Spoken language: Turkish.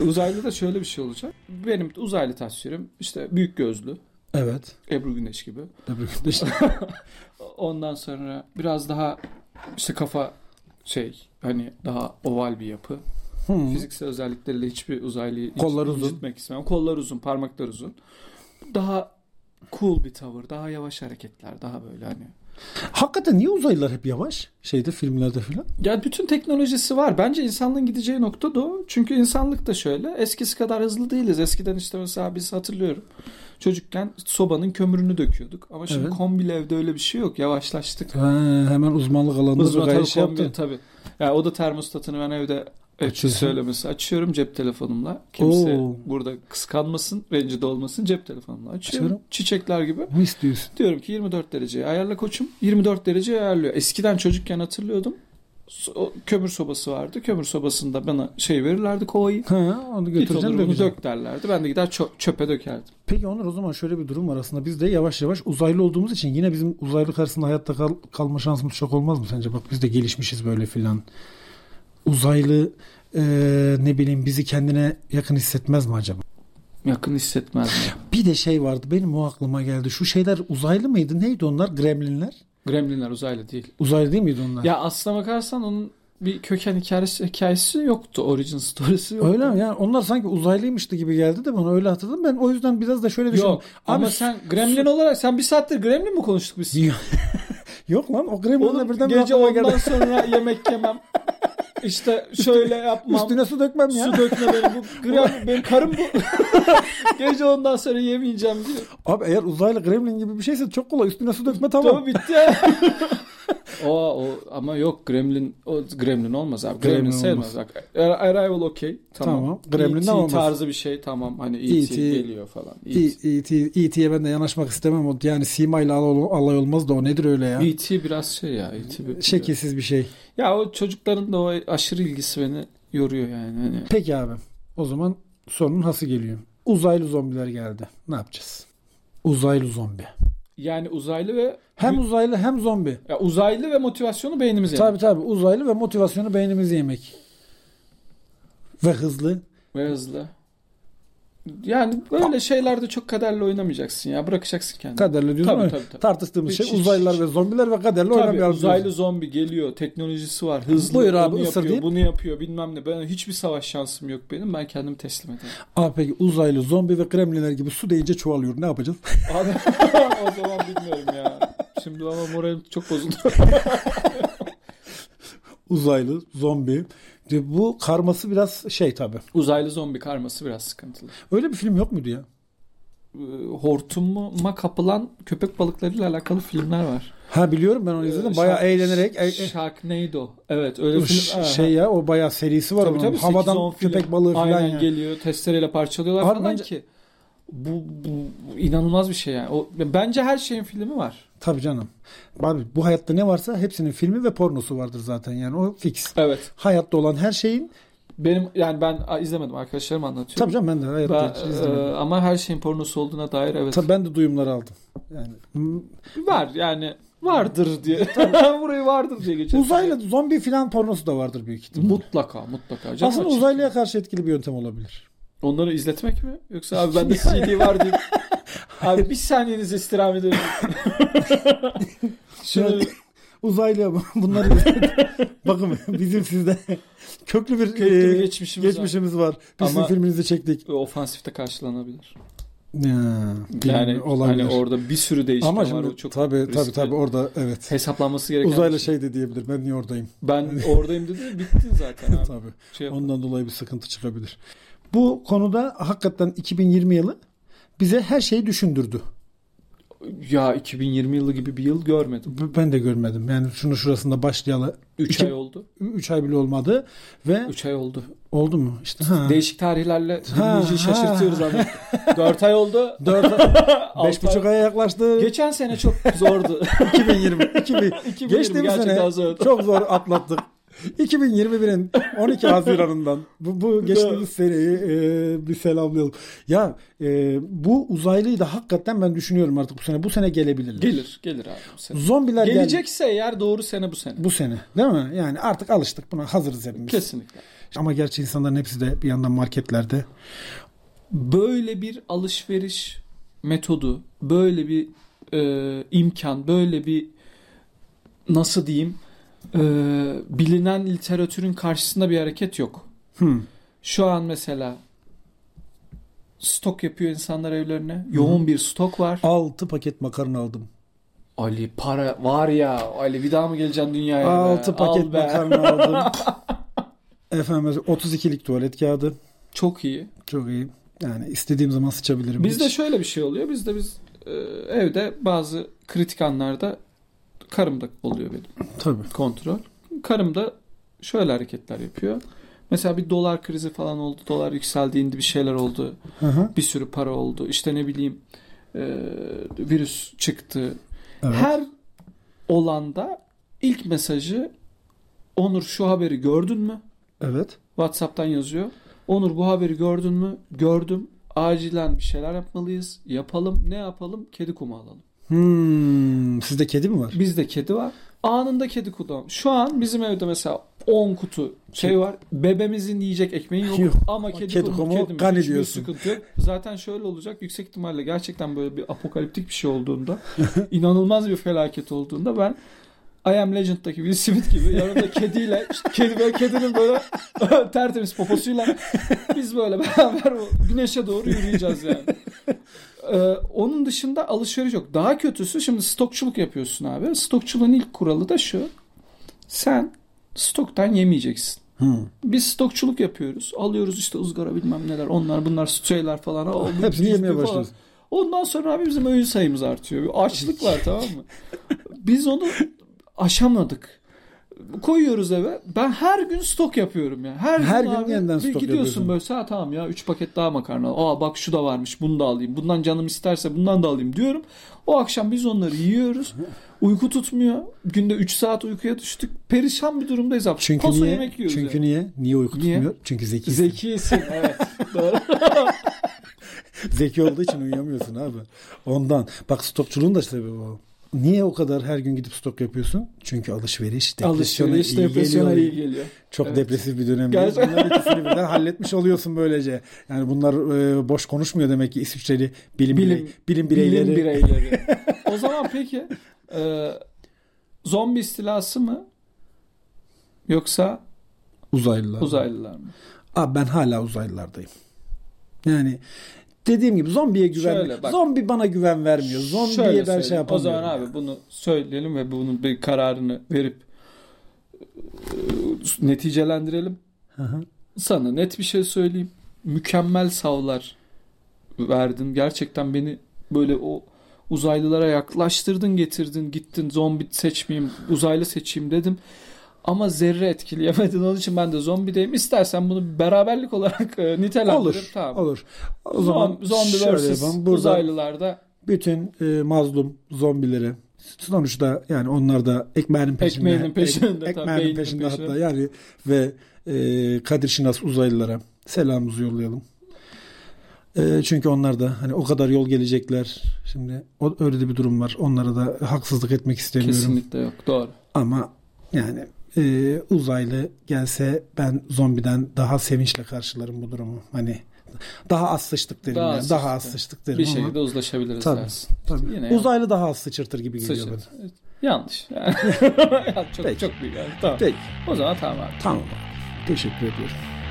Uzaylı da şöyle bir şey olacak. Benim uzaylı tasvirim işte büyük gözlü. Evet. Ebru Güneş gibi. Ebru Gündeş. Ondan sonra biraz daha işte kafa şey hani daha oval bir yapı. Hmm. Fiziksel özellikleriyle hiçbir uzaylıyı inc- Kollar uzun. incitmek istemem. Kollar uzun, parmaklar uzun. Daha cool bir tavır, daha yavaş hareketler, daha böyle hani. Hakikaten niye uzaylılar hep yavaş? Şeyde filmlerde filan. Ya bütün teknolojisi var. Bence insanlığın gideceği nokta da o. Çünkü insanlık da şöyle. Eskisi kadar hızlı değiliz. Eskiden işte mesela biz hatırlıyorum. Çocukken sobanın kömürünü döküyorduk. Ama şimdi Evet. kombili evde öyle bir şey yok. Yavaşlaştık. Ha, hemen uzmanlık alanında Hızlı bir tabii şey kombi- yaptı. tabii. Ya o da termostatını ben evde Açıyorsun. Açıyorsun. söylemesi açıyorum cep telefonumla. Kimse Oo. burada kıskanmasın, rencide olmasın cep telefonumla açıyorum. Açıyorum. Çiçekler gibi. Mis diyorsun. Diyorum ki 24 dereceye ayarla koçum. 24 dereceye ayarlıyor. Eskiden çocukken hatırlıyordum. So- o kömür sobası vardı. Kömür sobasında bana şey verirlerdi kovayı. Ha, onu Git götüreceğim onu dökeceğim. dök derlerdi. Ben de gider çö- çöpe dökerdim. Peki Onur o zaman şöyle bir durum var aslında. Biz de yavaş yavaş uzaylı olduğumuz için yine bizim uzaylı karşısında hayatta kal- kalma şansımız çok olmaz mı sence? Bak biz de gelişmişiz böyle filan. Uzaylı e, ne bileyim bizi kendine yakın hissetmez mi acaba? Yakın hissetmezdim. Bir de şey vardı benim o aklıma geldi. Şu şeyler uzaylı mıydı? Neydi onlar? Gremlinler? Gremlinler uzaylı değil. Uzaylı değil miydi onlar? Ya aslına bakarsan onun bir köken hikayesi, hikayesi yoktu. Origin story'si yoktu. Öyle mi? Yani onlar sanki uzaylıymıştı gibi geldi de bana öyle hatırladım. Ben o yüzden biraz da şöyle düşündüm. Yok. ama sen Gremlin olarak sen bir saattir Gremlin mi konuştuk biz? Yok lan o Gremlin'le Oğlum birden bir gece aklıma ondan geldi. sonra yemek yemem. İşte şöyle yapmam. Üstüne su dökmem ya. Su dökme beni bu. Gremlin, benim karım bu. gece ondan sonra yemeyeceğim diyor. Abi eğer uzaylı Gremlin gibi bir şeyse çok kolay. Üstüne su dökme tamam. Tamam, bitti. o, o ama yok Gremlin o Gremlin olmaz abi. Gremlin, Gremlin sevmez bak. Arrival okey. Tamam. Tamam, Gremlin de E.T. olmaz. E tarzı bir şey tamam hani E.T. E.T. geliyor falan. E E, E.T. E.T.'ye ben de yanaşmak istemem. O- Yani Sima ile alay olmaz da o nedir öyle ya? E E.T. biraz şey ya. E.T. bir- Şekilsiz bir şey. Ya o çocukların da o aşırı ilgisi beni yoruyor yani. Hani Peki abi. O zaman sorunun hası geliyor. Uzaylı zombiler geldi. Ne yapacağız? Uzaylı zombi. yani uzaylı ve Hem uzaylı hem zombi. ya uzaylı ve motivasyonu beynimiz yani. Tabii tabii uzaylı ve motivasyonu beynimizi yemek. Ve hızlı. Ve hızlı. Yani böyle şeylerde çok kaderle oynamayacaksın ya. Bırakacaksın kendini. Kaderle diyorsun Tabii, ama tabii, tabii. tartıştığımız Hiç, şey hiç, uzaylılar hiç. ve zombiler ve kaderle Tabii oynamayalım. uzaylı diyoruz. zombi geliyor. Teknolojisi var. Hızlı. Buyur onu abi, ısır yapıyor, deyip- bunu yapıyor. Bilmem ne. Ben hiçbir savaş şansım yok benim. Ben kendimi teslim ederim. Aa, peki uzaylı zombi ve gremlinler gibi su deyince çoğalıyor. Ne yapacağız? Abi o zaman bilmiyorum ya. Şimdi ama moralim çok bozuldu. uzaylı zombi. De bu karması biraz şey tabii. uzaylı zombi karması biraz sıkıntılı. Öyle bir film yok muydu ya? Ee, hortumuma kapılan köpek balıklarıyla alakalı filmler var. Ee, Ha biliyorum ben onu izledim. Bayağı Shark- eğlenerek e- e- Sharknado. Evet öyle bir ş- film. şey ya o bayağı serisi var Tabii onun. tabii, Havadan 8-10 film. köpek balığı falan Aynen ya. geliyor. Testereyle parçalıyorlar Abi falan bence- ki. Bu, bu, bu inanılmaz bir şey yani. O, bence her şeyin filmi var. Tabii canım. Abi bu hayatta ne varsa hepsinin filmi ve pornosu vardır zaten yani o fix. Evet. Hayatta olan her şeyin Benim yani ben a, izlemedim arkadaşlarım anlatıyor. tabii canım ben de hayatta hiç Ben, izlemedim. e, ama her şeyin pornosu olduğuna dair evet. Tabii ben de duyumları aldım. Yani m- Hmm, Var yani vardır diye. Burayı vardır diye geçer. uzaylı zombi filan pornosu da vardır büyük ihtimalle. Mutlaka mutlaka. Canım Aslında açık. uzaylıya karşı etkili bir yöntem olabilir. Onları izletmek mi? Yoksa abi bende CD var deyip abi bir saniyenizi istirham ediyorum. Şunu Uzaylıya bu- bunları bakın bizim sizde köklü bir, köklü bir e, geçmişimiz var. geçmişimiz var. Biz sizin Ama- filminizi çektik. Ve Ofansif de karşılanabilir. Ya, Yani yani olabilir. hani orada bir sürü değişken Ama var. O şimdi çok tabii riskli. tabii tabii orada evet. hesaplanması gereken. Uzaylı bir şey. şey de diyebilir. Ben niye oradayım? Ben oradayım dedi bittin zaten abi. tabii. Şey yap- Ondan dolayı bir sıkıntı çıkabilir. Bu konuda hakikaten 2020 yılı bize her şeyi düşündürdü. ya 2020 yılı gibi bir yıl görmedim. B- Ben de görmedim. Yani şunu şurasında başlayalı 3 İki- ay oldu. 3 ay bile olmadı ve 3 ay oldu. oldu mu? İşte ha. Değişik tarihlerle dinleyiciyi ha. şaşırtıyoruz abi. 4 ay oldu. 4 Altı ay- 5,5 aya yaklaştı. Geçen sene çok zordu. 2020. 2000. 2020 Geçtiğimiz gerçekten sene zordu. çok zor atlattık. 2021'in 12 Haziran'ından bu, bu geçtiğimiz seneyi e, bir selamlayalım. Ya e, bu uzaylıyı da hakikaten ben düşünüyorum artık bu sene. Bu sene gelebilirler. Gelir, gelir abi bu sene. Zombiler gel- Gelecekse eğer doğru sene bu sene. bu sene değil mi? Yani artık alıştık buna hazırız hepimiz. Kesinlikle. Ama gerçi insanların hepsi de bir yandan marketlerde. Böyle bir alışveriş metodu, böyle bir e, imkan, böyle bir nasıl diyeyim e, bilinen literatürün karşısında bir hareket yok. Hmm. Şu an mesela stok yapıyor insanlar evlerine. Yoğun bir stok var. 6 paket makarna aldım. Ali para var ya Ali bir daha mı geleceksin dünyaya? be? 6 paket Al be. makarna aldım. Efendim 32'lik tuvalet kağıdı. Çok iyi. Çok iyi. Yani istediğim zaman sıçabilirim. Bizde Hiç- şöyle bir şey oluyor. Bizde biz e, evde bazı kritik anlarda karım da oluyor benim Tabii. kontrol. Karım da şöyle hareketler yapıyor. Mesela bir dolar krizi falan oldu. Dolar yükseldiğinde bir şeyler oldu. Hı hı. Bir sürü para oldu. İşte ne bileyim e, virüs çıktı. Evet. Her olanda ilk mesajı Onur şu haberi gördün mü? evet. WhatsApp'tan yazıyor. Onur bu haberi gördün mü? Gördüm. Acilen bir şeyler yapmalıyız. Yapalım. Ne yapalım? Kedi kumu alalım. Hmm, sizde kedi mi var? Bizde kedi var. Anında kedi kumu. alalım. Şu an bizim evde mesela 10 kutu şey Kedi- var. Bebemizin yiyecek ekmeği yok. Yok. Ama kedi, Kedi kumu, kumu kedimiz. kan Hiçbir ediyorsun. sıkıntı yok. Zaten şöyle olacak. Yüksek ihtimalle gerçekten böyle bir apokaliptik bir şey olduğunda inanılmaz bir felaket olduğunda ben I Am Legend'daki Will Smith gibi yanımda kediyle işte kedi böyle kedinin böyle tertemiz poposuyla biz böyle beraber o güneşe doğru yürüyeceğiz yani. Ee, onun dışında alışveriş yok. Daha kötüsü şimdi stokçuluk yapıyorsun abi. Stokçuluğun ilk kuralı da şu. Sen stoktan yemeyeceksin. Hmm. Biz stokçuluk yapıyoruz. Alıyoruz işte ızgara bilmem neler onlar bunlar şeyler falan. Aa, bu Hepsini cüzdü yemeye falan. başlıyoruz. Ondan sonra abi bizim öğün sayımız artıyor. Bir açlık var tamam mı? Biz onu aşamadık. Koyuyoruz eve. Ben her gün stok yapıyorum ya. Her, Her gün, gün abi yeniden bir stok gidiyorsun yapıyorsun. böyle "Ha, tamam ya 3 paket daha makarna. Aa bak şu da varmış. Bunu da alayım. Bundan canım isterse bundan da alayım diyorum. O akşam biz onları yiyoruz. Uyku tutmuyor. Günde 3 saat uykuya düştük. Perişan bir durumdayız abi. Çünkü Paso niye? yemek yiyoruz. Çünkü yani. niye? Niye uyku Niye? tutmuyor? Çünkü zeki. Zeki. Zekisin evet. Doğru. zeki olduğu için uyuyamıyorsun abi. Ondan. Bak stokçuluğun da sebebi o. Niye o kadar her gün gidip stok yapıyorsun? Çünkü alışveriş depresyona Alışveriş iyi depresyona geliyor. iyi geliyor. Çok Evet. depresif bir dönem. Gerçekten. Bunların ikisini birden halletmiş oluyorsun böylece. Yani bunlar e, boş konuşmuyor demek ki İsviçreli bilim Bilim- birey- bilim bireyleri. Bilim bireyleri. o zaman peki e, zombi istilası mı yoksa Uzaylılar. uzaylılar mı? Abi ben hala uzaylılardayım. Yani dediğim gibi zombiye güven. Şöyle bak. Zombi bana güven vermiyor. Zombiye Şöyle ben şey söyleyeyim. yapamıyorum. O zaman abi bunu söyleyelim ve bunun bir kararını verip e, neticelendirelim. Hı hı. Sana net bir şey söyleyeyim. Mükemmel savlar verdin. Gerçekten beni böyle o uzaylılara yaklaştırdın, getirdin, gittin. Zombi seçmeyeyim, uzaylı seçeyim dedim. Ama zerre etkileyemedin. Onun için ben de zombideyim. İstersen bunu bir beraberlik olarak e, nitelendirip Olur. tamam. Olur. O Zom- zaman zombi şöyle versus yapalım. Burada uzaylılarda bütün e, mazlum zombileri sonuçta yani onlar da ekmeğinin peşinde. Ekmeğinin peşinde, ek- tabii, ekmeğinin beyninin peşinde peşinde. hatta yani ve e, Kadir Şinas uzaylılara selamımızı yollayalım. E, çünkü onlar da hani o kadar yol gelecekler. Şimdi o, öyle de bir durum var. Onlara da haksızlık etmek istemiyorum. kesinlikle yok. Doğru. Ama yani e, uzaylı gelse ben zombiden daha sevinçle karşılarım bu durumu. Hani daha az sıçtık derim. Daha Daha, az yani. daha az sıçtık. sıçtık derim Bir ama şekilde uzlaşabiliriz Tabii. dersin. tabii. Yine yani. uzaylı daha az sıçırtır gibi geliyor Sıçır. bana. Evet. Yanlış. Yani çok Peki. çok büyük. yani. Tamam. Peki O zaman tamam abi. tamam abi. Teşekkür ediyorum.